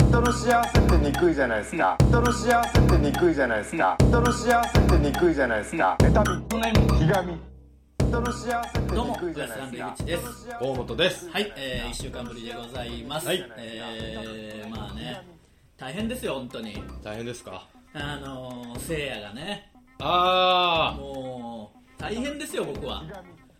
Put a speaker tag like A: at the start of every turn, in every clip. A: 人の幸せってにくいじゃないですか人の幸せってにくいじゃないですか人の幸せってにくいじゃないですか妬みひがみ人の幸せって
B: どうも
A: にくいじゃない
B: ウエストランド
A: ですか
B: 井口です
C: 河本です
B: はい、えー、1週間ぶりでございます、
C: はい
B: えー、まあね大変ですよ本当に
C: 大変ですか
B: あのー、せいやがね
C: ああ
B: もう大変ですよ僕は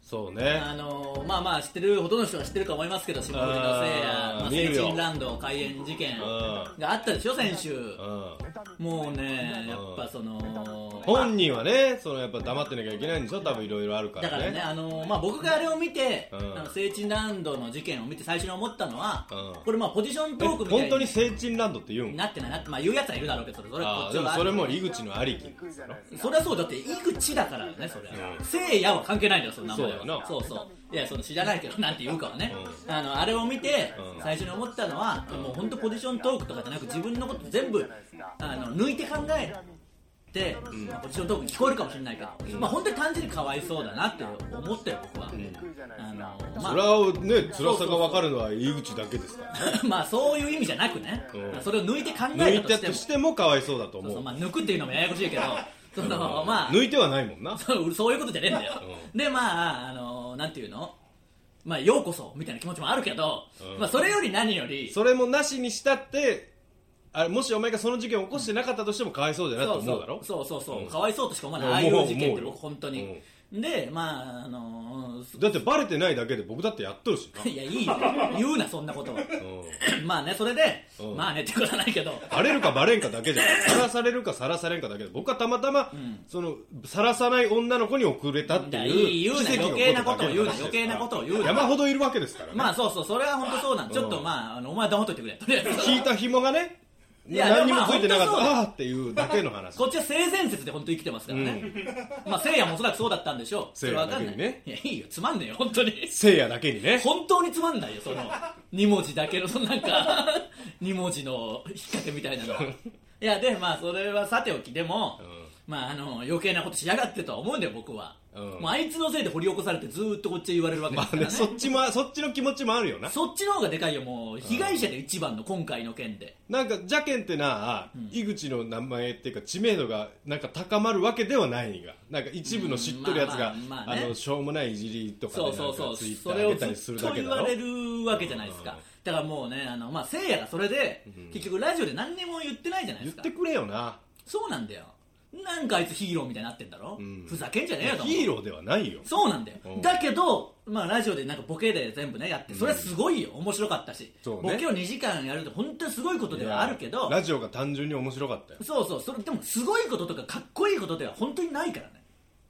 C: そうね
B: あのー、まあまあ知ってるほとんどの人が知ってるか思いますけど下堀のせいや
C: あー
B: まあ、
C: 見る
B: 成
C: よ
B: 人ランド開園事件
C: う
B: があったでしょ先週
C: うん
B: もうねやっぱその
C: 本人はねそのやっぱ黙ってなきゃいけないんでしょ多分いろいろあるか
B: だか
C: らね
B: らね、あのまあ、僕があれを見て、
C: うん
B: あの聖地ランドの事件を見て最初に思ったのは、
C: うん
B: これまあポジション
C: え
B: トークみたい
C: 本当に成人ランドって言うん
B: なってないなって、まあ、言うやつはいるだろうけどそれそれこ
C: あ
B: っ
C: あ
B: ち
C: でも
B: は
C: それも井口のありき
A: にくいじゃないですか
B: それはそうだって井口だからねそれは、せいやは関係ないんだよその名前は
C: そうやな
B: そうそういやその知らないけどなんて言うかはね、あのあれを見て、
C: うん
B: 最初に思ったのは、もう本当ポジショントークとかじゃなく自分のこと全部あの抜いて考えて、まあポジショントークに聞こえるかもしれないけど、まあ本当に単純にかわいそうだなって思ってる僕は、
A: にくいじゃないで
B: あ
A: すか
B: のま
C: そ
B: あ
C: れはね辛さが分かるのは井口だけですからね
B: まあそういう意味じゃなくね、
C: うん
B: それを抜いて考
C: 抜
B: え
C: い
B: たと
C: た
B: して
C: と
B: も
C: してもかわいそうだと
B: そう
C: 思
B: そう
C: う
B: まあ、抜くっていうのもややこしいけ どそのまあ
C: 抜いてはないもんな
B: そうそういうことじゃねえんだよ、でまああのなんていうのまあようこそみたいな気持ちもあるけど、
C: うん
B: まあ、それより何より
C: それもなしにしたってあれもしお前がその事件を起こしてなかったとしてもかわいそうだよなと思うだろ
B: そうそうそうそう、
C: うん
B: かわいそうとしか思わない
C: いや
B: ああい
C: も
B: う
C: う
B: 事件っ
C: 思
B: て
C: うよ
B: 僕本当に、でまああのうん
C: だってバレてないだけで僕だってやっとるしな い
B: やいいよ言うなそんなことは
C: う ん
B: まあねそれで、
C: うん
B: まあねってことはないけど
C: バレるかバレんかだけじゃんさらされるかさらされんかだけで僕はたまたま、そのさらさない女の子に遅れたって
B: いやいい
C: い
B: 言
C: う
B: うな
C: 奇跡
B: 余計な
C: の
B: ことを言うな
C: だけ
B: 余
C: の話ですから
B: 計なことを言うな
C: 山ほどいるわけですからね、
B: まあそうそうそれは本当そうなんちょっと
C: うん
B: まああのお前は黙っといてくれとりあえず
C: 引いた紐がね
B: いや
C: 何にもついてなかっ
B: でもま
C: た
B: あ
C: ああーっていうだけの話
B: こっちは性善説で本当に生きてますからね、まあせいやもおそらくそうだったんでしょうそ
C: せい
B: れ
C: や
B: わ
C: だ
B: か
C: け
B: ん
C: に
B: ない、
C: ね
B: いやいいよつまんねえよ本当に
C: せいやだけにね
B: 本当につまんないよその2文字だけのそのなんか2 文字の引っ掛けみたいなのいやでまあそれはさておきでも、まああの余計なことしやがってとは思うんだよ僕は、
C: うん
B: もうあいつのせいで掘り起こされてずーっとこっちで言われるわけで
C: ますあ
B: から
C: ね
B: ね
C: そっちもそっちの気持ちもあるよな
B: そっちの方がでかいよもう被害者で一番の今回の件で
C: なんか邪剣ってな、井口の名前っていうか知名度がなんか高まるわけではないがなんか一部の知っとるやつが、
B: うんまあまあ
C: あ
B: まあね
C: のしょうもないいじりとかで
B: そうそう
C: なん
B: そう
C: かツイッタ
B: そ
C: ー
B: れ
C: 上
B: を
C: げ
B: ず
C: たり
B: っ
C: する
B: と
C: だけ
B: 言
C: だ
B: わ
C: ろ
B: れるわけじゃないです
C: う
B: か
C: ん
B: だからもうねあの、まあ、せいやがそれで結局ラジオで何にも言ってないじゃないで
C: 言
B: す
C: っ
B: か
C: てくれよな
B: そうなんだよなんかあいつヒーローみたいになってんだろ、
C: ん
B: ふざけんじゃねえよと思う
C: ヒーローではないよ
B: そうなんだよ
C: うん
B: だけど、まあ、ラジオでなんかボケで全部ねやってそれはすごいよ面白かったし、
C: そうね
B: ボケを2時間やるって本当にすごいことではあるけど
C: ラジオが単純に面白かったよ、
B: そうそうそれでもすごいこととかかっこいいことでは本当にないからね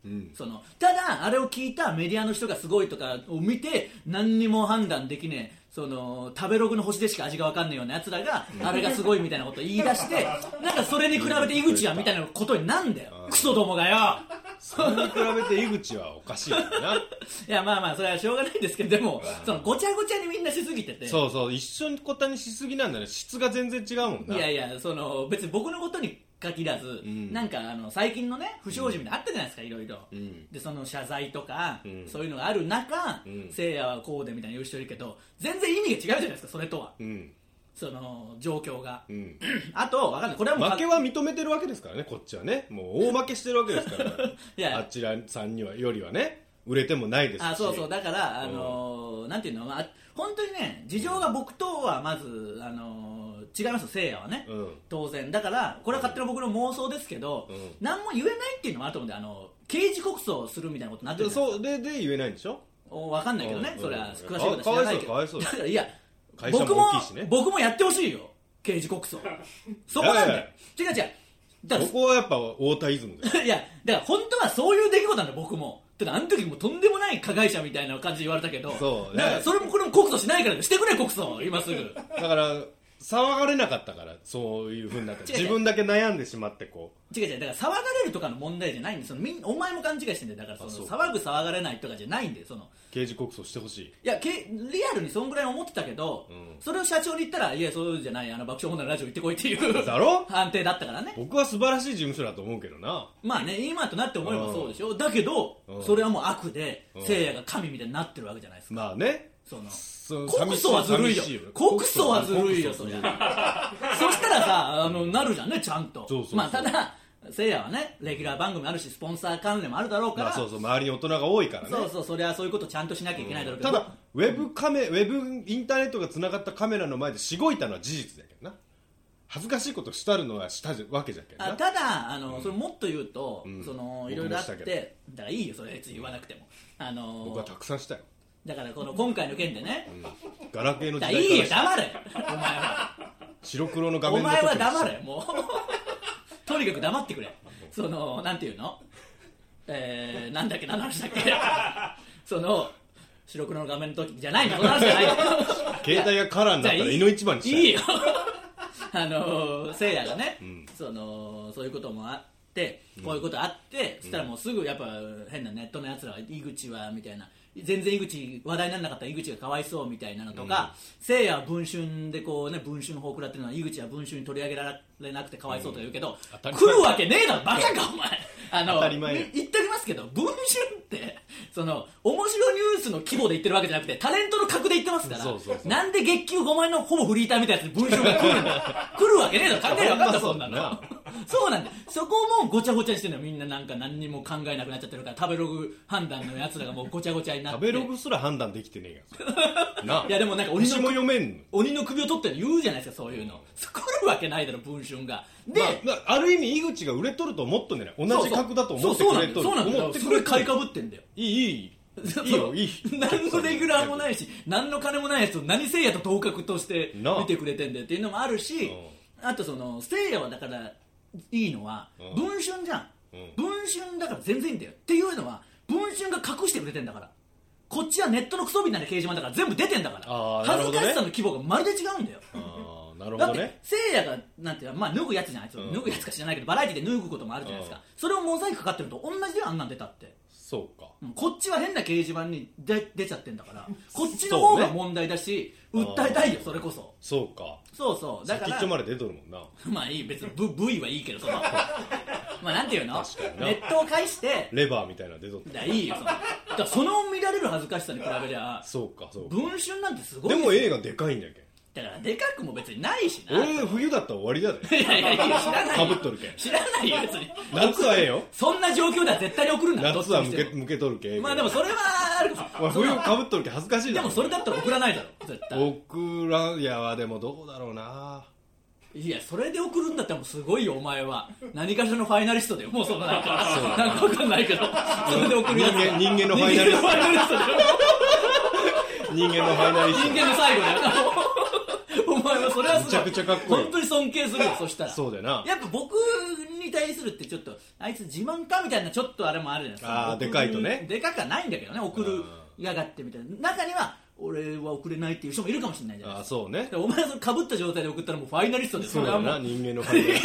C: うん、
B: そのただあれを聞いたメディアの人がすごいとかを見て何にも判断できねえその食べログの星でしか味が分かんないようなやつらがあれがすごいみたいなことを言い出 してなんかそれに比べて井口はみたいなことになんだよクソどもがよ
C: それに比べて井口はおかしいか らな
B: いやまあまあそれはしょうがないですけどでもそのごちゃごちゃにみんなしすぎてて
C: そうそう一緒にこたにしすぎなんだね質が全然違うもんない
B: やいやその別に僕のことに限らず、
C: ん
B: なんかあの最近のね不祥事みたいなのあったじゃないですか、いろいろ、
C: ん
B: でその謝罪とか、
C: ん
B: そういうのがある中、
C: ん
B: せいやはこうでみたいな言う人いるけど全然意味が違うじゃないですかそれとは
C: うん
B: その状況が、
C: うん、
B: あとわかんないこれはもう
C: 負けは認めてるわけですからねこっちはねもう大負けしてるわけですから
B: いや
C: あちらさんにはよりはね売れてもないですし
B: あそうそうだから、あのーなんていうの、まあ、本当にね事情が僕とはまず、あのー違いますよせいやはね、
C: うん
B: 当然だからこれは勝手な僕の妄想ですけど、
C: うん
B: 何も言えないっていうのもあると思うんであの刑事告訴するみたいなことになってる
C: で
B: じゃないで
C: それで言えないんでしょ
B: すかおわかんないけどね、
C: うん
B: それは
C: うん
B: 詳しいことは知らないけど
C: かわいそうかわいそう
B: だからいや
C: 会社
B: 僕
C: も
B: も
C: 大きいしね
B: 僕もやってほしいよ刑事告訴そこなんだよ違う違うだか
C: ここはやっぱ太田イズムだよ
B: ら いやだから本当はそういう出来事なんだよ僕もだってあの時もとんでもない加害者みたいな感じで言われたけど
C: そう
B: だからそれもこれも告訴しないからしてくれ告訴今すぐ
C: だから騒がれなかったからそういうふうになって
B: 違う違う
C: 自分だけ悩んでしまってこう
B: 違う違うだから騒がれるとかの問題じゃないんでそのみんお前も勘違いしてんだよだからその
C: あそう
B: 騒ぐ騒がれないとかじゃないんでその
C: 刑事告訴してほしい
B: いやけリアルにそんぐらい思ってたけど、
C: うん
B: それを社長に言ったらいやそうじゃないあの爆笑問題のラジオ行ってこいっていう
C: だ ろ
B: 判定だったからね
C: 僕は素晴らしい事務所だと思うけどな
B: まあね今となって思えばそうでしょだけど
C: うん
B: それはもう悪で
C: うん
B: せいやが神みたいになってるわけじゃないですか
C: まあね
B: その
C: その
B: 告訴はずるいよ
C: 寂しよ
B: 告訴はずるいよ
C: 告
B: そ
C: 訴は
B: り
C: ずるい
B: ゃそしたらさあのなるじゃんねちゃんと
C: そうそうそう
B: まあただせいやはねレギュラー番組あるしスポンサー関連もあるだろうから、
C: まあ
B: そ
C: そううそう周りに大人が多いからね
B: そうそりゃそういうことちゃんとしなきゃいけないだろうけど、
C: ただウェブカメウェブインターネットがつながったカメラの前でしごいたのは事実だけどな恥ずかしいことしたるのはしたわけじゃけん
B: あ
C: な
B: ただあの、それもっと言うと、そのいろいろあっ
C: 僕もした
B: てだからいいよそれ別に言わなくてもあの
C: 僕はたくさんしたよ
B: だからこの今回の件でね、
C: ガラケーの時
B: だから
C: 代
B: い
C: から
B: いよ黙 れお前は
C: 白黒の画
B: お
C: 面の
B: 前
C: 時
B: は
C: にした
B: 黙れもう とにかく黙ってくれそのなんていうのえー、なんだっけ何の話だっ けその白黒の画面の時じゃないのその話じゃないの
C: 携帯がカラーになったら井の一番にしたよ
B: いいよ あのせいやがね、そのそういうこともあってこういうことあって、そしたらもうすぐやっぱ変なネットのやつらは井口はみたいな全然井口話題にならなかった井口がかわいそうみたいなのとか、せいやは文春でこうね文春の方食らってるのは井口は文春に取り上げられなくてかわいそうとか言うけど、
C: たり前
B: 来るわけねえだろバカかお前あの
C: 当たり前や
B: 言っておりますけど文春ってその面白ニュースの規模で言ってるわけじゃなくてタレントの格で言ってますから
C: そうそうそう
B: なんで月給5万円のほぼフリーターみたいなやつに文章が来 るの来るわけねえだろ考えりゃ分かったそんな
C: ほんま
B: のそうなんだよそこもごちゃごちゃにしてるのよみんななんか何にも考えなくなっちゃってるから食べログ判断のやつらがもうごちゃごちゃになって
C: 食べログすら判断できてねえ がない
B: やでもなんか鬼
C: 私
B: の
C: も読めんの
B: 鬼の首を取ってるの言うじゃないですかそういうの来るわけないだろ文春がで、
C: まあ、ある意味井口が売れとると思っとんねない同じ格だと思って
B: そう
C: く
B: そう
C: れとる
B: そうなんだよそうなん
C: 思っ
B: だ
C: て
B: よ
C: く
B: そ
C: れ
B: れ
C: と
B: 買い
C: る
B: かぶってんだよ
C: いいいい
B: そう
C: いいよいい
B: 何のレギュラーもないいし何の金もないやつを何せいやと同格として
C: なあ
B: 見てくれてんだよっていうのもあるし
C: う
B: あとそのせいやはだからいいのは
C: うん
B: 文春じゃん
C: うん
B: 文春だから全然いいんだよっていうのは文春が隠してくれてんだからこっちはネットのクソみたいな掲示板だから全部出てんだか
C: あ
B: ら
C: ーな
B: 恥
C: るほ
B: ず
C: どね
B: かしさの規模がまるで違うんだよ
C: あーなるほ
B: だっ
C: ど
B: て
C: ね
B: せいやがなんていうのまあ脱ぐやつじゃないですよ
C: うん
B: 脱ぐやつか知らないけどバラエティで脱ぐこともあるじゃないです
C: う
B: かそれをモザイクかかってると同じであんなん出たって
C: そうか
B: うんこっちは変な掲示板に出出ちゃってんだからこっちの方が問題だし、
C: そうね
B: 訴えたいよそれこそ
C: そうか
B: そうそうだか
C: 先っ
B: ら
C: ちょまで出とるもんな
B: まあいい別に部部位はいいけどそ のまあなんていうのネ
C: 確かにな
B: ットを介して
C: レバーみたいなの出とった
B: だいいよそのだからその乱れる恥ずかしさに比べりゃ
C: そうかそうか
B: 文春なんてすごい
C: でも
B: よ
C: 映画でかいんだけん
B: だからでかくも別にないしな
C: 俺冬だったら終わりだで
B: いやいやいや知らない
C: か
B: よ
C: ぶっとるけん
B: 知らないよ別に
C: 夏はええよ
B: そんな状況では絶対に送るんだ
C: 夏は向け
B: け
C: 向けとるけん
B: まあでもそれはあるか
C: お
B: も
C: い冬かぶっとるけん恥ずかしい
B: で
C: だろ
B: もそれだったら送らないだろ絶対
C: 僕らいやはでもどうだろうない
B: やそれで送るんだったらもうすごいよお前 は何かしらのファイナリストだよもうそのなんかなんかわかんないけどそれで送るやつ
C: 人間人間のファイナリスト
B: 人間のファイナリストだよ
C: 人間のファイナリス
B: 人間の最後だよ お前はそれはすごい
C: めちゃくちゃかっこいい
B: 本当に尊敬するよそしたら
C: トそうだよな
B: やっぱ僕に対するってちょっとあいつ自慢かみたいなちょっとあれもあるじゃないですか
C: あーでかいとね
B: でかくはないんだけどね送るやがってみたいな中には俺は送れないっていう人もいるかもしれないじゃない
C: あ
B: で
C: あ
B: す
C: そうね
B: かお前はそのかぶった状態で送ったらもうファイナリストだよ
C: そうだよ
B: れはも
C: な人間のファイナリ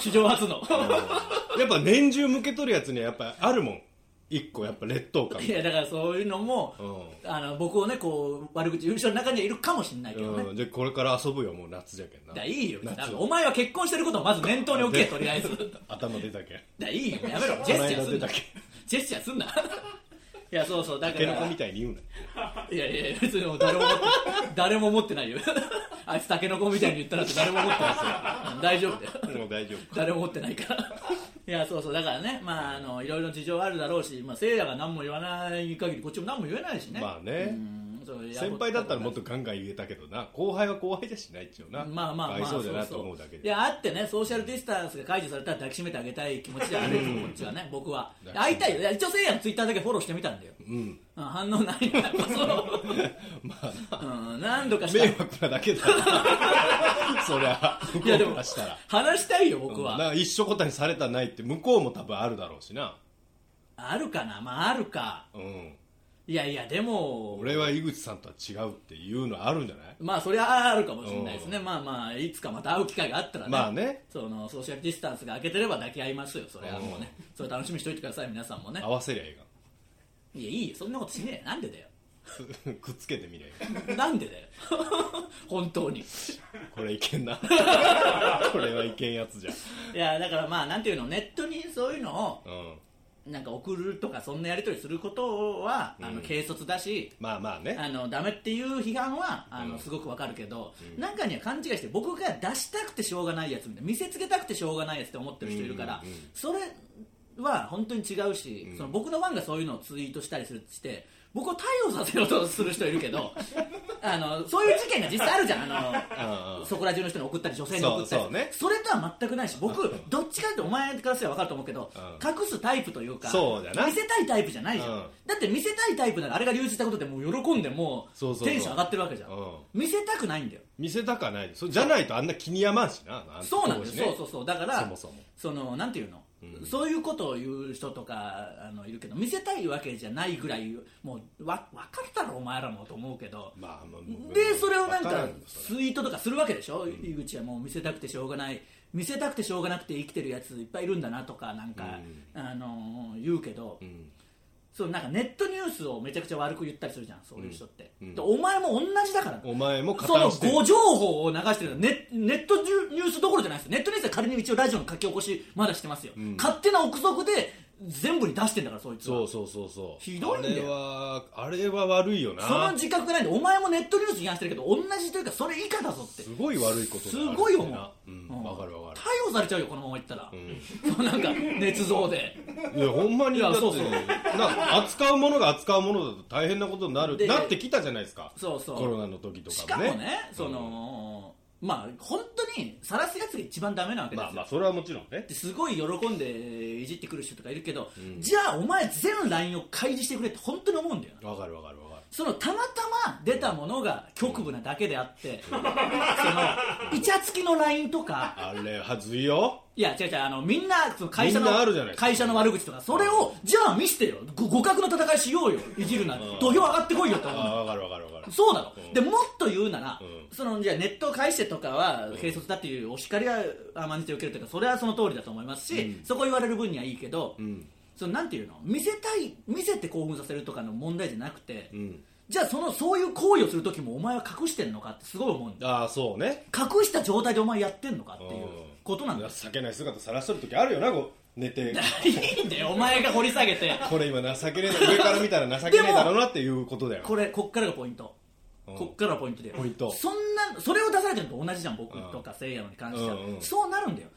C: ス
B: 史上初の
C: トやっぱ年中向けとるやつにはやっぱあるもん一個やっぱ劣等感
B: いやだからそういうのも、
C: う
B: あの僕をねこう悪口言う人の中にはいるかもしれないけどね、
C: うん、でこれから遊ぶよもう夏じゃけんな
B: だからいいよ
C: 夏
B: だからお前は結婚してることをまず念頭に置け
C: で
B: とりあえずだか
C: 頭出たけん
B: らいいよ やめろジェスチャーすんな
C: この間出たけ
B: ジェスチャーすんないやそうそうだか
C: タケノコ
B: ら
C: みたいに言うない
B: やいや別にもう誰も思って誰も思ってないよあいつタケノコみたいに言ったらって誰も思ってないですようん大丈夫だよ
C: もう大丈夫
B: 誰も持ってないから いやそうそうだからねまああのいろいろ事情あるだろうしまあせいやが何も言わない限りこっちも何も言えないしね、
C: まあね
B: うんそうや
C: 先輩だったらもっとガンガン言えたけどな後輩は後輩だしな一応な
B: まあまあまあ
C: かわいそうだなと思うだけ
B: い
C: で
B: やあってねソーシャルディスタンスが解除されたら抱きしめてあげたい気持ちであるよこっちはね僕は
C: 抱きしめて
B: 会いたいよいや一応せいやのツイッターだけフォローしてみたんだよ、
C: うん
B: うん反応ないな
C: まあな
B: その、うん、何度かした
C: 迷惑なだけだ なそりゃ向こ
B: いやで
C: う
B: も
C: からしたら
B: 話したいよ僕は、
C: うんなんか一緒答えにされたないって向こうも多分あるだろうしな
B: あるかなまああるか
C: うん
B: いやいやでも
C: 俺は井口さんとは違うっていうのあるんじゃない
B: まあそれはあるかもしれないですね、まあまあいつかまた会う機会があったらね,、
C: まあね
B: そのソーシャルディスタンスが開けてれば抱き合いますよそれはもうね、それ楽しみにしておいてください皆さんもね
C: 合わせりゃえ
B: いやいいよそんなことしねえよなんでだよ
C: えが くっつけてみりゃええ
B: なんでだよ 本当に
C: がこれいけ んなこれはいけんやつじゃん
B: いやだからまあなんていうのネットにそういうのを
C: うん
B: なんか送るとかそんなやり取りすることは、あの軽率だし
C: まあまあね
B: あのダメっていう批判はあの、
C: うん
B: すごくわかるけど、中には勘違いして僕が出したくてしょうがないやつみたいな見せつけたくてしょうがないやつって思ってる人いるから、
C: うんうんうん
B: それは本当に違うし、
C: ん
B: その僕のファンがそういうのをツイートしたりするして僕を逮捕させようとする人いるけ どあのそういう事件が実際あるじゃんあ
C: うんう
B: の
C: ん
B: そこら中の人に送ったり女性に送ったり
C: そうそうね
B: それとは全くないし僕どっちかってお前からすれば分かると思うけど、
C: う
B: 隠すタイプというか
C: そうだな
B: 見せたいタイプじゃないじゃん、
C: うん
B: だって見せたいタイプならあれが流出したことでもう喜んでも
C: そう
B: う
C: そうそう
B: テンション上がってるわけじゃん
C: うん
B: 見せたくないんだよ
C: 見せたかないですじゃないとあんな気にやまんしなあ
B: そうなんだよ、
C: 当時ね
B: そうそうそうだから
C: そもそも
B: そのなんていうの、そういうことを言う人とかあのいるけど見せたいわけじゃないぐらいもうわ分かるだろお前らもと思うけど
C: まあまあ
B: でそれをなん
C: わら
B: か
C: んよそ
B: ツイートとかするわけでしょ、井口はもう見せたくてしょうがない見せたくてしょうがなくて生きてるやついっぱいいるんだなとかなんか、あのー言うけど、
C: ん
B: そうなんかネットニュースをめちゃくちゃ悪く言ったりするじゃんそういう人って、
C: ん
B: でお前も同じだから
C: お前も加
B: その
C: 担してる
B: 誤情報を流してるのネネットニュースどころじゃないですネットニュースは仮に一応ラジオの書き起こしまだしてますよ、勝手な憶測で全部に出してんだからそいつは
C: そうそうそうそう
B: ひどいんだよ
C: あれはあれは悪いよな
B: その自覚がないんでお前もネットニュース批判してるけど同じというかそれ以下だぞって
C: すごい悪いこと
B: す
C: だな
B: ごい思
C: あ
B: う、
C: れっ
B: う
C: てなうんんわかるわか
B: 逮捕されちゃうよこのままいったら、そうなんか捏造で
C: るいやほんまに
B: いや
C: だって
B: そうそう
C: な扱うものが扱うものだと大変なことになる
B: で
C: なってきたじゃないですか
B: そうそう
C: コロナの時と
B: し
C: か
B: か
C: も
B: も
C: ね
B: ねその、まあ本当に晒すやつが一番ダメなわけですよ、
C: まあまあそれはもちろんね
B: ってすごい喜んでいじってくる人とかいるけど、じゃあお前全 LINE を開示してくれって本当に思うんだよな
C: わかるわかるわかる
B: そのたまたま出たものが局部なだけであって、そのイチャつきの LINE とか
C: あれはずいよ
B: いや違う違うあのみんなその会社の
C: みんなあるじゃないですか
B: 会社の悪口とかそれをじゃあ見せてよご互角の戦いしようよいじるな土俵上がってこいよと思う
C: あわかるわかるわかる
B: そうだろ、
C: うん
B: でもっと言うなら、
C: う
B: そのじゃあネットを介してとかは軽率だっていうお叱りは甘んじて受けるというかそれはその通りだと思いますし、そこ言われる分にはいいけど、
C: ん
B: そのなんていうの見せたい見せて興奮させるとかの問題じゃなくて、
C: うん
B: じゃあそのそういう行為をする時もお前は隠してんのかってすごい思うんだ
C: ああそうね
B: 隠した状態でお前やってんのかっていうことなんだよ、
C: 情けない姿さらしとる時あるよなこう寝て
B: いいんだよお前が掘り下げて
C: これ今情けねえな上から見たら情けねえだろうなっていうことだよ
B: これこっからがポイント
C: うん
B: こっからがポイントで
C: ポイント
B: そんなそれを出されてるのと同じじゃん僕とかせいやのに関しては、
C: うんうん
B: そうなるんだよ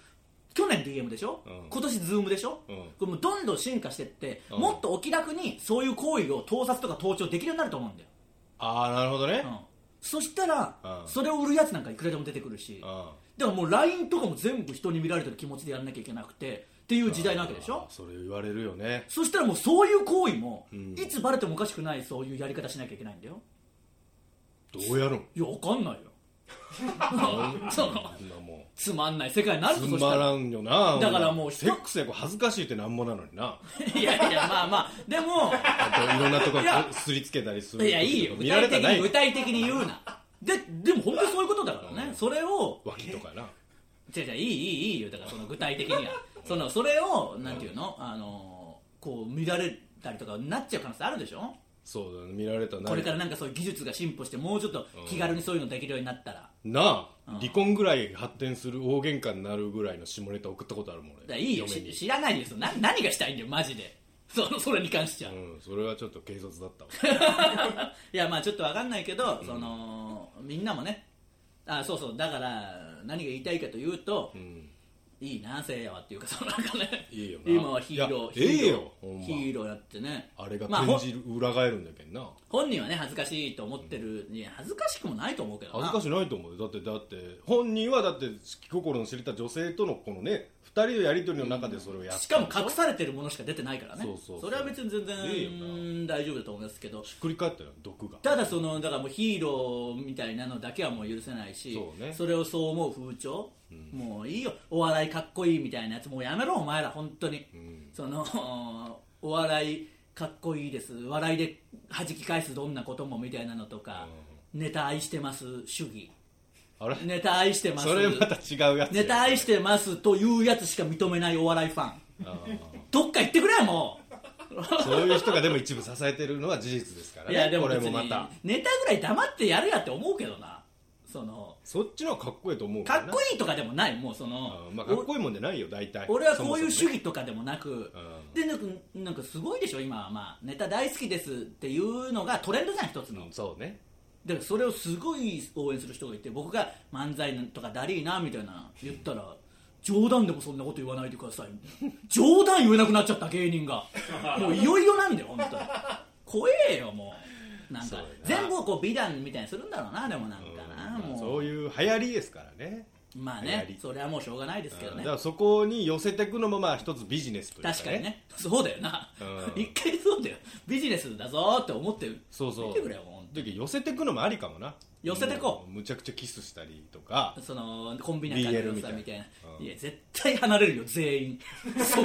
B: 去年 DM でしょ、
C: うん
B: 今年 Zoom でしょ、
C: うん
B: これもうどんどん進化してって、
C: うん
B: もっとお気楽にそういう行為を盗撮とか盗聴できるようになると思うんだよ、
C: ああなるほどね
B: うんそしたら、
C: うん
B: それを売るやつなんかいくらでも出てくるし、
C: うん
B: だからもう LINE とかも全部人に見られてる気持ちでやらなきゃいけなくてっていう時代なわけでしょ
C: あーそれ言われるよね
B: そしたらもうそういう行為も、
C: ん
B: いつバレてもおかしくないそういうやり方しなきゃいけないんだよ
C: どうやるん
B: いや、わかんないよ。 その
C: そんなも
B: つまんない世界になる
C: う
B: と
C: つ
B: そした
C: ま
B: ら。
C: らんよな
B: だからもう
C: セックスやこう恥ずかしいってなんもなのにな い
B: やいや、まあまあ、でも、
C: あといろんなとこ
B: い
C: に
B: や
C: すりつけたりする
B: いや、いいよ。具
C: 見られ
B: 体
C: た
B: 的
C: らな
B: に、
C: い
B: 具体的に言うな。で、でも本当にそういうことだからね。それを、
C: 脇とかな
B: 違う違う、いい、いい、いいよ。だからその具体的には。その、それを、なんていうのあの、こう、見られたりとかなっちゃう可能性あるでしょ
C: そうだね見られたらない
B: これからなんかそういう技術が進歩して、もうちょっと気軽にそういうのできるようになったら。
C: なあ離婚ぐらい発展する大喧嘩になるぐらいの下ネタ送ったことあるもん
B: だから
C: 俺
B: いいよ。
C: 嫁
B: し
C: に
B: 知らないですよ。な何がしたいんだよ、マジで。そ の、それに関しては
C: う。んそれはちょっと軽率だったわ
B: いやまあちょっとわかんないけど、そのみんなもねあそうそうだから何が言いたいかというと、
C: ん
B: いいなせいやはっていうかそのなんかね
C: いいよな
B: 今はヒーロー
C: いやええ
B: ヒー
C: よ
B: ロ
C: ほん
B: ー
C: ま
B: ヒーローやってね
C: あれが
B: まあ、
C: 転
B: ほ
C: じる裏返るんだけどな
B: 本人はね恥ずかしいと思ってる、いや恥ずかしくもないと思うけど
C: 恥
B: な
C: ずかしないと思うよだってだって本人はだって心の知れた女性とのこのね2人のやり取りの中でそれをやって
B: しかも隠されてるものしか出てないからね
C: そうそうそう
B: れは別に全然
C: ええよな
B: うん大丈夫だと思いますけど
C: ひっくり返ったよ毒が
B: ただそのだからもうヒーローみたいなのだけはもう許せないし
C: そうね
B: れをそう思う風潮、もういいよお笑いかっこいいみたいなやつもうやめろお前ら本当に、その お笑いかっこいいです笑いで弾き返すどんなこともみたいなのとか、ネタ愛してます主義
C: あれ
B: ネタ愛してます
C: それまた違うやつ
B: ネタ愛してますというやつしか認めないお笑いファンどっか行ってくれよもう
C: そういう人がでも一部支えてるのは事実ですからね
B: いやでも
C: これ
B: 別
C: もま
B: に
C: た
B: ネタぐらい黙ってやるやって思うけどなその
C: そっちの方がかっこいいと思う
B: かっこ
C: いい
B: いいとかでもないもうその、
C: まあ、かっこいいもんでないよ大体
B: お俺はこういう
C: そ
B: 主
C: も
B: 義とかでもなく
C: ん
B: でなんかなんかすごいでしょ今はまあネタ大好きですっていうのがトレンドじゃん一つ
C: そも
B: の
C: ねうんそうね
B: だからそれをすごい応援する人がいて僕が漫才とかだりーなみたいな言ったら冗談でもそんなこと言わないでくださいみたいな冗談言えなくなっちゃった芸人 がもういよいよなんだよ本当に怖えよもうなんか
C: そうだな
B: 全部をこう美談みたいにするんだろうなでもなんかな、
C: うんま
B: も
C: あ
B: う
C: そういう流行りですからね
B: まあ
C: 流行
B: ね
C: り
B: それはもうしょうがないですけど
C: うん
B: ね
C: だからそこに寄せていくのもまあ一つビジネスというかね
B: 確かにねそうだよな、
C: うん
B: 一回そうだよビジネスだぞーって思って
C: そうそう
B: 見てくれよ本
C: だけど寄せていくのもありかもな
B: 寄せてこ
C: うむちゃくちゃキスしたりとか
B: そのコンビニなんかの
C: BL
B: さみ
C: み
B: た
C: た
B: い
C: い
B: な
C: ない
B: や絶対離れるよ全員即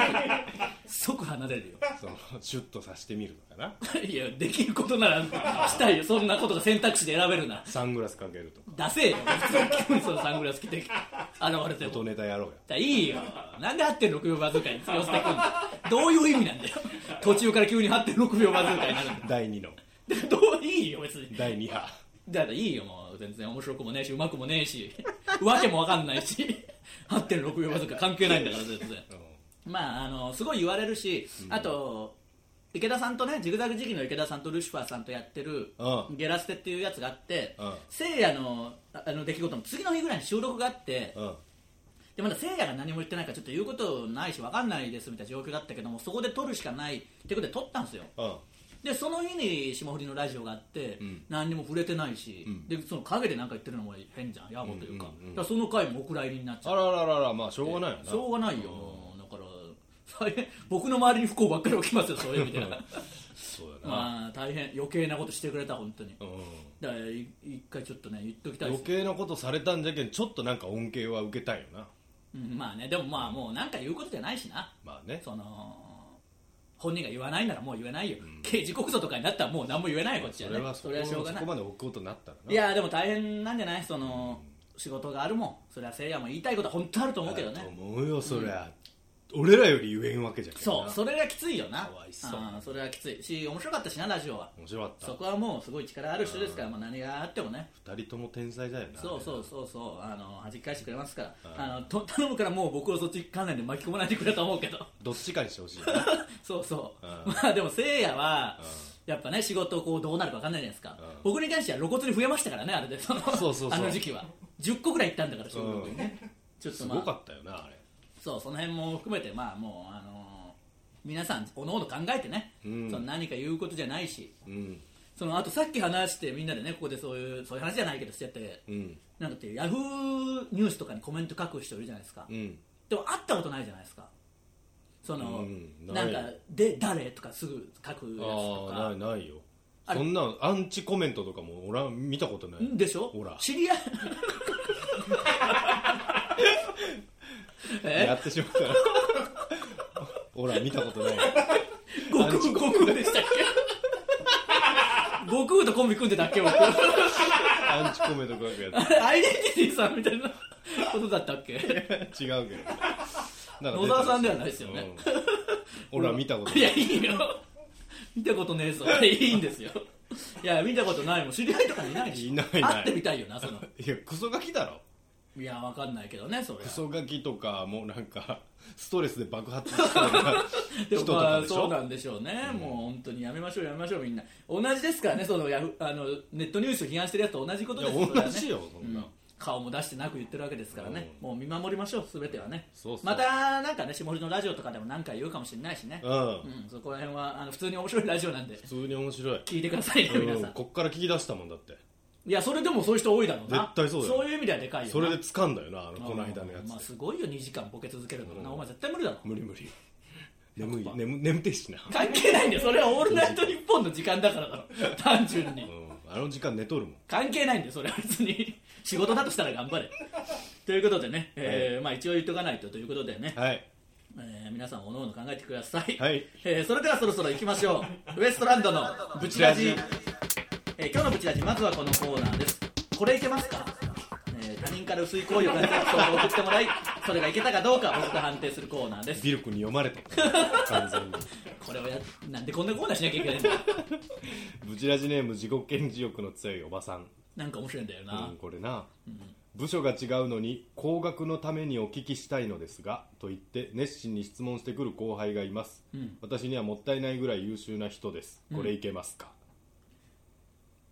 B: 即離れるよ
C: そのシュッとさしてみるとかない
B: やできることならしたいよそんなことが選択肢で選べるなら
C: サングラスかけるとか
B: ダセえよ普通にそのサングラス着て現れても
C: 音ネタやろうや
B: だいいよなんで8.6秒バズーカに寄せてくんだよどういう意味なんだよ途中から急に8.6秒バズーカになるんだよ
C: 第2の
B: だからどういいよ別に
C: 第2波
B: だからいいよもう全然面白くもねえしうまくもねえしわけもわかんないし8.6秒バズーカ関係ないんだから全然
C: う
B: まあ、あのすごい言われるし、あと池田さんとねジグザグ時期の池田さんとルシファーさんとやってる「
C: うん
B: ゲラステ」っていうやつがあって、
C: うん
B: せいやのああの出来事の次の日ぐらいに収録があって、
C: んうん
B: でまだせいやが何も言ってないからちょっと言うことないし分かんないですみたいな状況だったけどもそこで撮るしかないってことで撮ったんですよ
C: うん
B: でその日に霜降りのラジオがあって、
C: ん
B: 何にも触れてないし、でその陰で何か言ってるのも変じゃん野暮というか,、
C: うんうんうん
B: だからその回もお蔵入りになっちゃって
C: あららららまあしょうがないよな
B: しょうがないよ、もうだから大変僕の周りに不幸ばっかり起きます よそういう意味では
C: そうやな、
B: まあ大変余計なことしてくれた本当に
C: うん
B: だからい一回ちょっとね言っときたいで
C: 余
B: す、
C: 計なことされたんじゃけんちょっとなんか恩恵は受けたいよな
B: うんまあねでもまあもうなんか言うことじゃないしな
C: まあね
B: その本人が言わないならもう言えないよ、刑事告訴とかになったらもう何も言えないよこっち
C: そ
B: はね
C: れはそこ
B: しょうがな
C: そ
B: い
C: こまで置くことになったらない
B: やでも大変なんじゃないその、仕事があるもんそれはせいやも言いたいことは本当あると思うけど
C: だと
B: ね
C: 思うよそりゃ、俺らより言えんわけじゃけんな
B: そうそれがきついよな
C: かわいそう
B: あーそれはきついし面白かったしなラジオは
C: 面白かった
B: そこはもうすごい力ある人ですから、まあ、何があってもね、
C: 二人とも天才だよな
B: そうそうそうそう、あの弾き返してくれますから、
C: うん
B: あのと 頼むからもう僕をそっち関連で巻き込まないでくれと思うけど、
C: どっちかにしてほしいよな
B: そうそう、
C: うん
B: まあでもせいやは
C: うん、
B: やっぱね、仕事こうどうなるか分かんないじゃないですか、
C: うん
B: 僕に関しては露骨に増えましたからね、あれで、その
C: そうそうそう
B: あの時期は、10個ぐらい行ったんだから、収録にね、ちょっと
C: す
B: ま
C: ご
B: あ
C: か、ったよなあれ
B: そうその辺も含めて、まあもう、あの皆さん、おのおの考えてね、
C: うん
B: その何か言うことじゃないし。
C: うん
B: そのあとさっき話してみんなでねここでそういうそういう話じゃないけどしてて
C: うん
B: なんかってヤフーニュースとかにコメント書く人いるじゃないですか、
C: うん
B: でも会ったことないじゃないですかその、
C: うん
B: な
C: なんい
B: かで誰とかすぐ書くやつと
C: ああ
B: か
C: ないないよ
B: あれ
C: そんなアンチコメントとかも俺は見たことない
B: んでしょ
C: ほら
B: 知り合い
C: や
B: え
C: ってしまったら ほら見たことない
B: 悟空悟空でしたっ け悟空とコンビ組んでたっけ僕あ
C: アンチコメント書くや
B: れアイデンティティさんみたいなことだったっけ
C: つ違うけどなんか出てる
B: 野沢さんではないですよね
C: うん俺は見たことない
B: いやいいよ見たことねえぞいいんですよいや見たことないもん知り合いとかいないでしょ
C: いないいない
B: 会ってみたいよなその
C: いやクソガキだろ
B: いやわかんないけどねそれ
C: クソガキとかもうなんかストレスで爆発しそうな人とかでし
B: そう
C: ょ
B: なんでしょうね、もう本当にやめましょうやめましょうみんな同じですからねそのヤフあのネットニュースを批判してるやつと同じことです
C: いや
B: それはね
C: 同じよそんな
B: う顔も出してなく言ってるわけですからね、
C: う
B: もう見守りましょう全てはね
C: そうそう
B: またなんかね下りのラジオとかでも何か言うかもしれないしね、
C: うん
B: うん、そこら辺はあの普通に面白いラジオなんで
C: 普通に面白い
B: 聞いてくださ いね 皆さ
C: うんんこっから聞き出したもんだって
B: いやそれでもそういう人多いだろうな
C: 絶対そうだよ
B: そういう意味ではでかいよな
C: それで掴んだよなあの
B: うん
C: この間のやつ、
B: まあ、すごいよ2時間ボケ続けるのな、お前絶対無理だろ
C: 無理 無理眠い眠眠てえしな、
B: 関係ないんだよそれは「オールナイトニッポン」の時間だからだろ単純に
C: うん、あの時間寝とるもん
B: 関係ないんだよそれは別 に仕事だとしたら頑張れということでね、えーまあ、一応言っとかないとということでね、
C: はい
B: えー皆さんおのおの考えてください、
C: はい
B: えーそれではそろそろ行きましょ うウエストランドのブチラジえー今日のブチラジまずはこのコーナーですこれいけますか、えー他人から薄い声を感じた人を送ってもらいそれがいけたかどうか僕が判定するコーナーです
C: ビル君に読ま れた完全に
B: これをやなんでこんなコーナーしなきゃいけないんだ
C: ブチラジネーム自己顕示欲の強いおばさん
B: なんか面白いんだよな、
C: うん、これな、部署が違うのに高額のためにお聞きしたいのですがと言って熱心に質問してくる後輩がいます、私にはもったいないぐらい優秀な人ですこれいけますか、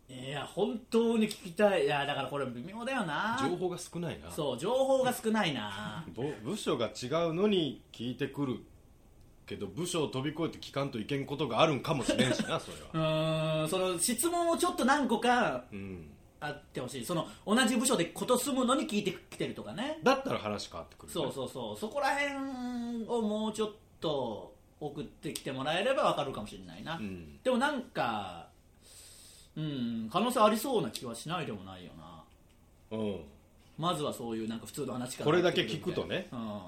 B: いや本当に聞きたいいやだからこれ微妙だよな
C: 情報が少ないな
B: そう情報が少ない な
C: ぼ部署が違うのに聞いてくるけど部署を飛び越えて聞かんといけんことがあるんかもしれんしな それは
B: うーんその質問をちょっと何個か
C: うん
B: あってほしいその同じ部署でこと住むのに聞いてきてるとかね
C: だったら話変わってくるね、
B: そうそうそうそこら辺をもうちょっと送ってきてもらえればわかるかもしれないな、
C: ん
B: でもなんかうん可能性ありそうな気はしないでもないよな
C: うん
B: まずはそういうなんか普通の話から
C: これだけ聞くとね
B: うん、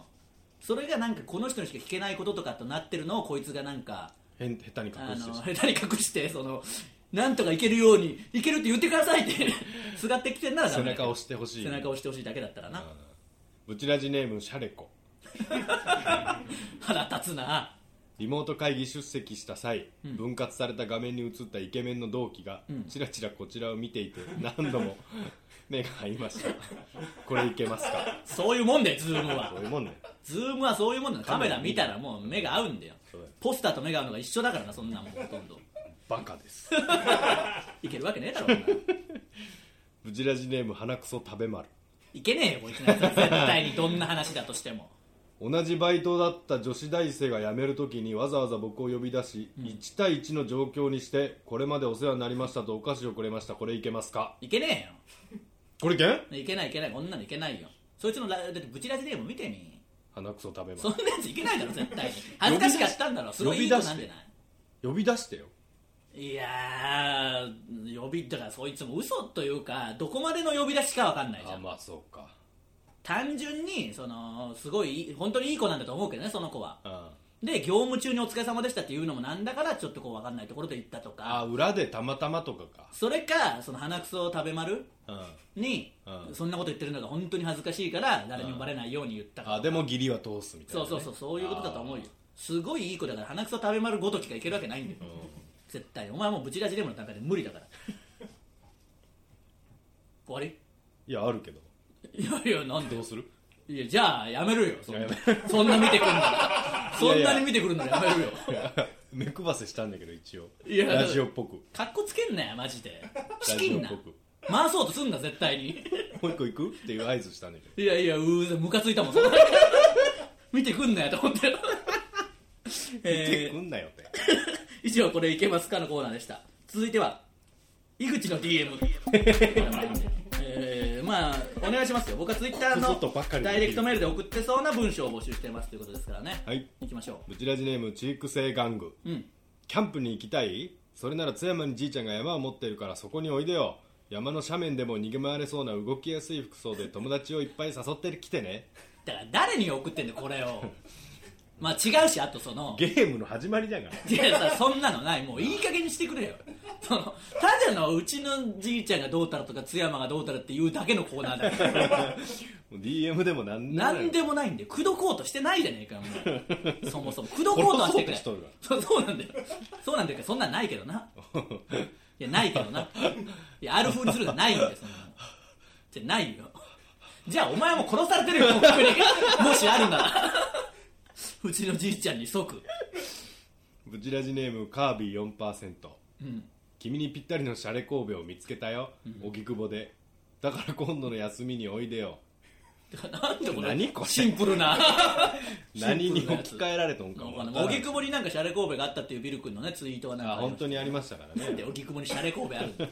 B: それがなんかこの人にしか聞けないこととかとなってるのをこいつがなんか
C: へん下手に
B: あ
C: 隠して
B: の
C: し
B: 下手に隠してそのなんとかいけるようにいけるって言ってくださいって すがってきてんならダ
C: 背
B: メだけ
C: 中
B: ど
C: を押してほしい
B: 背中を押してほしいだけだったらな
C: ブチラジネームシャレコ
B: 腹立つな
C: リモート会議出席した際、分割された画面に映ったイケメンの同期がちらちらこちらを見ていて 何度も目が合いましたこれいけますか
B: そういうもんだよズームは
C: そういうもんね
B: ズームはそういうもんなのカメラ見たらもう目が合うんだよ
C: そうだよ
B: ポスターと目が合うのが一緒だからなそんなもんほとんど
C: バカです
B: いけるわけねえだろお前
C: ブチラジネーム鼻くそ食べ丸
B: いけねえよこいつのやつは絶対にどんな話だとしても
C: 同じバイトだった女子大生が辞めるときにわざわざ僕を呼び出し、1対1の状況にしてこれまでお世話になりましたとお菓子をくれましたこれいけますか
B: いけね
C: これいけん
B: えよいけないいけないこんなのいけないよそいつのラだってブチラジでも見てみ
C: 鼻くそ食べ
B: そん
C: 丸
B: なやついけないだろ絶対に恥ずかしかったんだろすごいいい子なんじゃな
C: 呼び出してよ
B: いいやー呼びだからそいつも嘘というかどこまでの呼び出しかわかんないじゃ
C: あ
B: ん
C: まあそうか
B: 単純にそのすごいいい本当にいい子なんだと思うけどねその子は
C: あ
B: で業務中にお疲れ様でしたっていうのもなんだからちょっとこう分かんないところで行ったと
C: あ
B: か
C: 裏でたまたまとかか
B: それかその鼻くそを食べ丸
C: うん
B: に
C: うん
B: そんなこと言ってるのが本当に恥ずかしいから誰にもバレないように言ったから
C: あでも義理は通すみたいな
B: そう
C: ね、
B: そうそうそういうことだと思うよ
C: あ
B: すごいいい子だから鼻くそ食べ丸ごときがいけるわけないんだよ絶対お前もうブチラジレモンの中で無理だから 終わ
C: ーいやあるけど
B: りいやいやなんで
C: どうする
B: いやじゃあやめるよそん
C: い
B: な
C: やや
B: そんな見てくるんだ
C: い
B: そ
C: やい
B: ん
C: や
B: なに見てくるんだらやめるよ
C: 目くばせしたんだけど一応
B: いや
C: ラジオっぽく
B: かっこつけんなよマジで
C: ラ
B: チキ
C: ジオ
B: ン
C: っ
B: な
C: ぽく
B: 回そうとすんな絶対に
C: もう一個行くっていう合図したんだけ ど
B: いやいやうームカついたもん 見てくんなよと思って、
C: 手
B: え
C: く
B: ー、
C: んなよって
B: 以上これいけますかのコーナーでした続いては井口の DM えーまあお願いしますよ僕はツイッター
C: クソとば
B: の
C: かりの
B: ダイレクトメールで送ってそうな文章を募集してますということですからね、
C: はい
B: 行きましょ
C: ブチラジネームチーク性玩具
B: ううん
C: キャンプに行きたいそれなら津山にじいちゃんが山を持ってるからそこにおいでよ山の斜面でも逃げ回れそうな動きやすい服装で友達をいっぱい誘ってきてね
B: だから誰に送ってんだよこれを まあ違うしあとその
C: ゲームの始まりだから
B: いやさそんなのないもういい加減にしてくれよそのただのうちのじいちゃんがどうたらとか津山がどうたらっていうだけのコーナーだから
C: もう DM でもなんでもない
B: 何でもないんで口説こうとしてないじゃねえかよ もうそもそも口説こうとはしてくれ
C: 殺そうと
B: そうそうなんだよそうなんだよそんなんないけど ないやないけどないやある風にするのはないんだよそんなのじゃないよじゃあお前も殺されてるよとっく にもしあるならうちのじいちゃんに即
C: ブチラジネームカービィ4%、君にぴったりのシャレ神戸を見つけたよ荻窪でだから今度の休みにおいでよ
B: なんでこれ
C: 何これ
B: シンプルな
C: 何に
B: シンプルなやつ
C: 置き換えられとんかもわからん
B: 荻窪になんかシャレ神戸があったっていうビル君のねツイートはなん
C: あ
B: か
C: 本当にあり
B: ま
C: ましたから
B: すなんで
C: ね
B: 荻窪にシャレ神戸あるんだ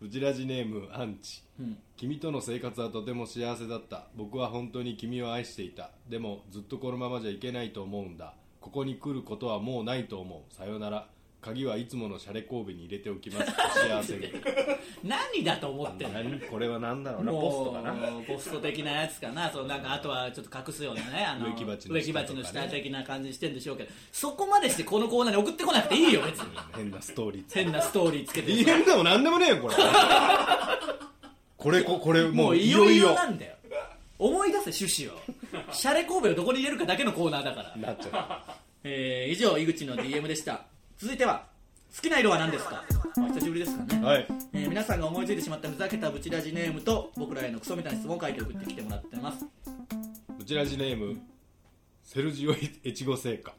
C: ブチラジネームアンチ、君との生活はとても幸せだった僕は本当に君を愛していたでもずっとこのままじゃいけないと思うんだここに来ることはもうないと思うさよなら鍵はいつものシャレ神戸に入れておきます 幸せに
B: 何だと思ってんの
C: 何これは何だろうな
B: もう
C: ポストかな
B: ポスト的なやつかなそうなんかあとはちょっと隠すようなねあの
C: 植木鉢の下とかね
B: 植木鉢の下的な感じにしてんでしょうけどそこまでしてこのコーナーに送ってこなくていいよ別 に
C: 変なストーリーつ
B: 変なストーリーつけて
C: DM でも何でもねえよこ れこれここれも
B: も
C: う
B: う
C: い
B: い
C: よ
B: よ
C: い
B: い
C: よ
B: よなんだよ思い出せ趣旨をシャレ神戸をどこに入れるかだけのコーナーだから
C: なっちゃった
B: えー以上井口の DM でした続いては好きな色は何ですかまあ、久しぶりですからね、
C: はい
B: えー皆さんが思いついてしまったふざけたブチラジネームと僕らへのクソみたいな質問を書いて送ってきてもらってます
C: ブチラジネームセルジオエチゴ製菓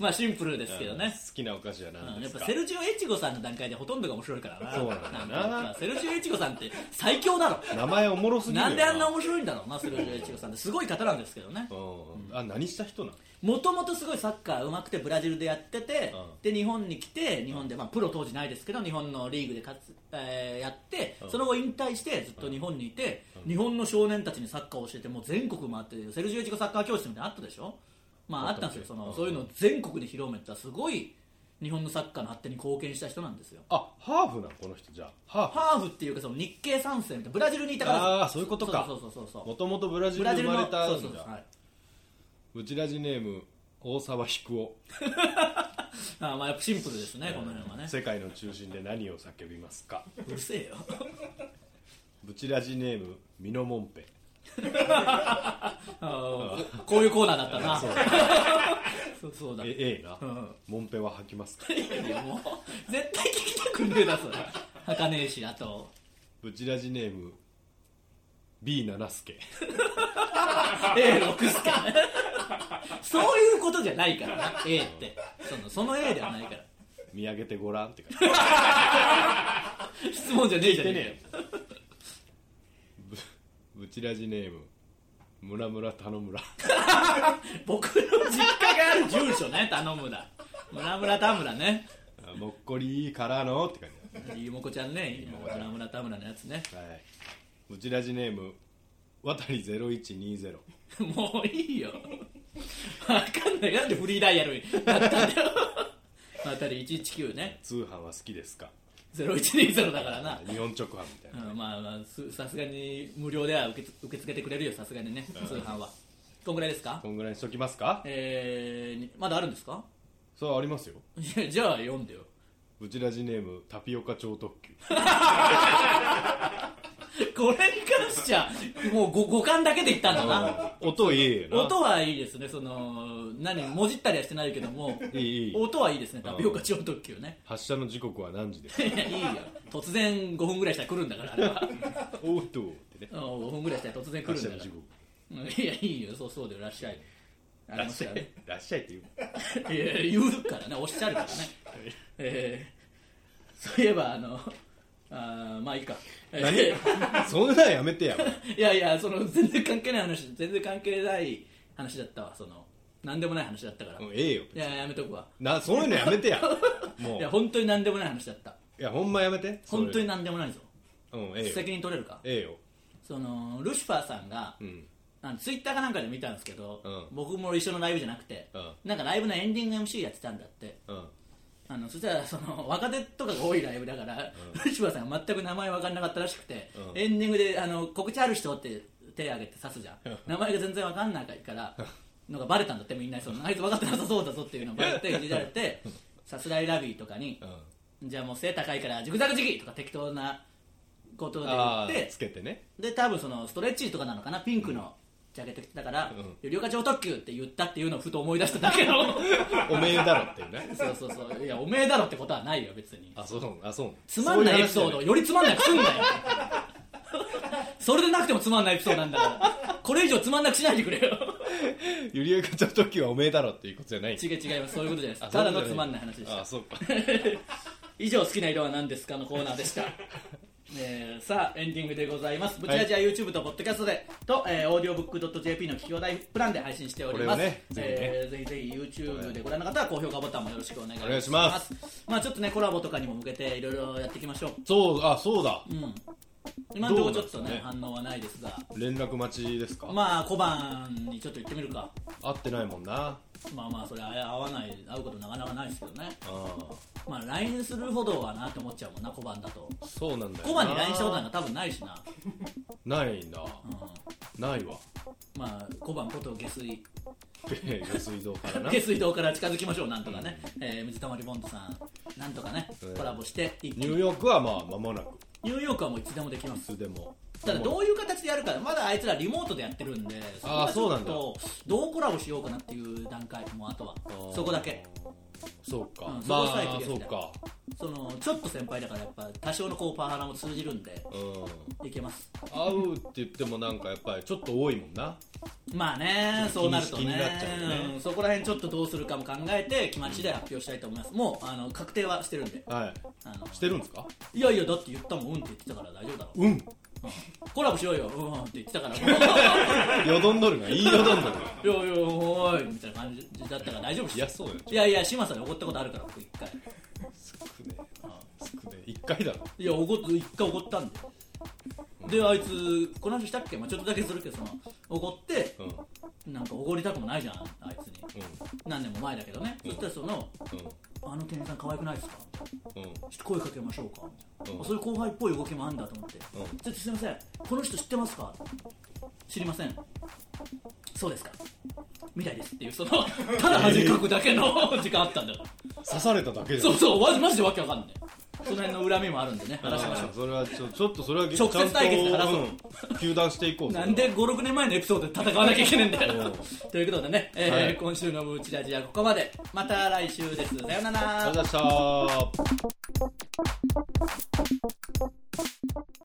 B: まあシンプルですけどね、
C: 好きなお菓子は
B: う
C: 何
B: んや
C: で
B: っ
C: す
B: ぱ
C: か
B: セルジオエチゴさんの段階でほとんどが面白いからな
C: そうなんだよな
B: かセルジオエチゴさんって最強だろ
C: 名前おもろすぎるよ
B: なんであんな面白いんだろうなセルジオエチゴさんってすごい方なんですけどね
C: うんあ何した人なの
B: もともとすごいサッカー上手くてブラジルでやってて、
C: うん
B: で日本に来て日本で、まあ、プロ当時ないですけど日本のリーグで活、えーやって、
C: ん
B: その後引退してずっと日本にいて、日本の少年たちにサッカーを教えてもう全国回ってセルジオイチゴサッカー教室みたいなのあったでしょ、まあ、
C: あ
B: あ
C: っ
B: ったた
C: っ
B: ん
C: け
B: ですよその、
C: うん
B: そういうのを全国に広めたすごい日本のサッカーの発展に貢献した人なんですよ
C: あハーフなのこの人じゃあハーフ
B: ハーフっていうかその日系三世みたいなブラジルにいたから
C: あーそういうことか
B: そうそうそうそう
C: もともとブラジ
B: ブ
C: ル
B: ラ
C: に
B: ジ
C: 生
B: ルの
C: まれた
B: そ
C: ん
B: う
C: じ
B: そうそう、は
C: ゃ
B: い
C: ブチラジネーム大沢彦夫
B: あーまあやっぱシンプルですね、この辺はね
C: 世界の中心で何を叫びますか
B: うるせえよ
C: ブチラジネームミノモンペ
B: あーここういうコーナーだったな。
C: そう
B: そうそうだ。い
C: ええな
B: うん
C: モンペは吐きます か
B: やいやもう絶対聞きたくねえだそれ。はかねえしあと。
C: ブチラジネーム B 七助
B: A 六すか。 そういうことじゃないからな。A ってそのその A ではないから。
C: 見上げてごらんって書いて
B: 質問じゃねえじゃねえ
C: あるブブチラジネーム村村田野村
B: かよ。僕の実家がある住所ね頼むだ。村村田村ね。
C: あもっこりからのって書いてあ
B: いいもこちゃんね。
C: もこちゃん
B: 村村田村のやつね。
C: るはいブチラジネーム渡り0120
B: もういいよ。わかんない。なんでフリーダイヤルだったんだよ。 あたり119ね。
C: 通販は好きですか
B: 0120だからな、
C: 日本直販みたいな
B: うん、まあまあすさすがに無料では受けつ受け付けてくれるよさすがにね通販はこんぐらいですか
C: こんぐらいにしときますか
B: えーに、まだあるんですか
C: そうありますよ
B: いやじゃあ読んでよ
C: ブチラジネームタピオカ超特急
B: これに関してはもう五五感だけで言ったんだな
C: 音いいよな
B: 音はいいですねその何もじったりはしてないけども
C: いいいい
B: 音はいいですねタピオカ超特急ね
C: 発射の時刻は何時で す
B: いやいいよ突然5分ぐらいしたら来るんだからあれは
C: おうとうってね
B: うん5分ぐらいしたら突然来るん
C: 発射
B: だ
C: の
B: か
C: 時刻
B: らうんいやいいよそうそうでいらっしゃいありますからね
C: らっしゃいって言 う
B: いや言うからねおっしゃ るからね、えーそういえばあのあーまあいいか、え
C: そんなんやめてや
B: ーいやいやその全然関係ない話全然関係ない話だったわその何でもない話だったから、
C: も
B: いう
C: ええよ
B: ややめとくわ
C: なそういうのやめてやもう
B: いや本当に何でもない話だった
C: いやほんまやめて
B: 本当に何でもないぞ
C: それうんええよ
B: 責任取れるか
C: ええよ
B: そのルシファーさんが、
C: ん
B: あのツイッターかなんかで見たんですけど、
C: うん
B: 僕も一緒のライブじゃなくて、
C: うん
B: なんかライブのエンディング MC やってたんだって
C: うん
B: あのそしたらその 若手とかが多いライブだから、藤原さんが全く名前分かんなかったらしくて、
C: うん
B: エンディングであの告知ある人って手挙げて指すじゃん名前が全然分かんないからのがバレたんだってみんなにそのあいつ分かってなさそうだぞっていうのバレていじられてさすらいラビーとかに、
C: うん
B: じゃあもう背高いからジグザグジギーとか適当なことで
C: あ
B: 言
C: あ
B: って
C: つけてね
B: で多分そのストレッチーとかなのかなピンクのジャケット着てたから
C: うん
B: 「両価超特急」って言ったっていうのをふと思い出しただけの
C: おめえだろっていうね
B: そうそうそういやおめえだろってことはないよ別に
C: あそうあそう
B: つまんないエピソード
C: そ
B: を
C: うう話
B: よりつまんなくすんだよそれでなくてもつまんないエピソードなんだからこれ以上つまんなくしないでくれよ
C: じゃないゆりえがちょっと時はおめえだろっていうことじゃない
B: 違う違いますそういうことじゃないです
C: あ
B: ただのつまんない話でし
C: あ
B: た
C: そうか
B: 以上好きな色は何ですかのコーナーで したえーさあエンディングでございますブチラジは YouTube とポッドキャストでと、えー、オーディオブックドット JP の企業大プランで配信しております
C: これをねぜひね
B: えーぜひぜひ YouTube でご覧の方は高評価ボタンもよろしくお願いします
C: お願いしま
B: まあちょっとねコラボとかにも向けていろいろやっていきましょう
C: そうあそうだ
B: うん今のところちょっと
C: どうなん
B: ね
C: ですか
B: 反応はないですが
C: 連絡待ちですか
B: まあ小判にちょっと行ってみるか
C: 会ってないもんな
B: まあまあそれ合わない会うことなかなかないですけどね
C: あ
B: まあ LINE するほどはなって思っちゃうもんな小判だと
C: あそうなんだよな
B: 小判に LINE したことなんか多分ないしな、
C: ないんだ
B: うん、
C: な いわ
B: まあ小判こと下水
C: 下水道からな
B: 下水道から近づきましょうなんとかね、えー水溜りボンドさんなんとかね
C: うん
B: コラボして一気
C: ニュ
B: に
C: ーヨークはまあ間もなく
B: ニューヨークはもういつでもできま
C: い
B: す
C: つでも
B: ただどういう形でやるかまだあいつらリモートでやってるんでそこ
C: あー
B: はちょっ
C: そ
B: とどうコラボしようかなっていう段階もうあとはそこだけ
C: そうか、
B: うんそこ
C: ま
B: さえク
C: あ
B: リア
C: そ
B: し
C: う
B: たら
C: か
B: そのちょっと先輩だからやっぱ多少のこうパワハラも通じるんで
C: うん
B: いけます
C: 合うって言ってもなんかやっぱりちょっと多いもんな
B: まあね
C: ちょっと
B: そうなると
C: 気に
B: ね
C: 気になっちゃうよね
B: うんそこら辺ちょっとどうするかも考えて気持ちで発表したいと思いますもうあの確定はしてるんで
C: はい
B: あの
C: してるんですか
B: いやいやだって言ったもんうんって言ってたから大丈夫だろ
C: うん
B: コラボしようようんうんって言ってたから い
C: よどんどるないいよどんどる
B: やいやおーいみたいな感じだったから大丈夫っす
C: いやそうよ
B: いやいや、島さんに怒ったことあるから、僕一回。
C: 少ねえな少ねえ一回だろ
B: いや、怒っ一回怒ったんだよ。で、あいつ、この話したっけまあちょっとだけするけど、その、怒って、
C: うんうん
B: なんか怒りたくもないじゃん、あいつに。何年も前だけどね。そしたらその、あの店員さん可愛くないですかちょ
C: うんうん
B: っと声かけましょうか。みたい
C: うん
B: な。あそういう後輩っぽい動きもあんだと思って。ち
C: うん
B: ょっとすいません、この人知ってますか知りません。そうですか。みたいですっていう、 その、ただ恥かくだけの時間あったんだから。
C: 刺されただけじゃ
B: そ
C: ん
B: うそう、マジマジでわけわかんない。その辺の恨みもあるんでね、話しましょ
C: あーそれはちょちょっとそれは
B: 直接対決で話そう
C: うん糾弾していこう
B: う。なんで5、6年前のエピソードで戦わなきゃいけないんだ
C: う
B: よ
C: ん。
B: ということでね、えー
C: はい
B: 今週のブチラジはここまで。また来週です。さようなら
C: ありがとうございました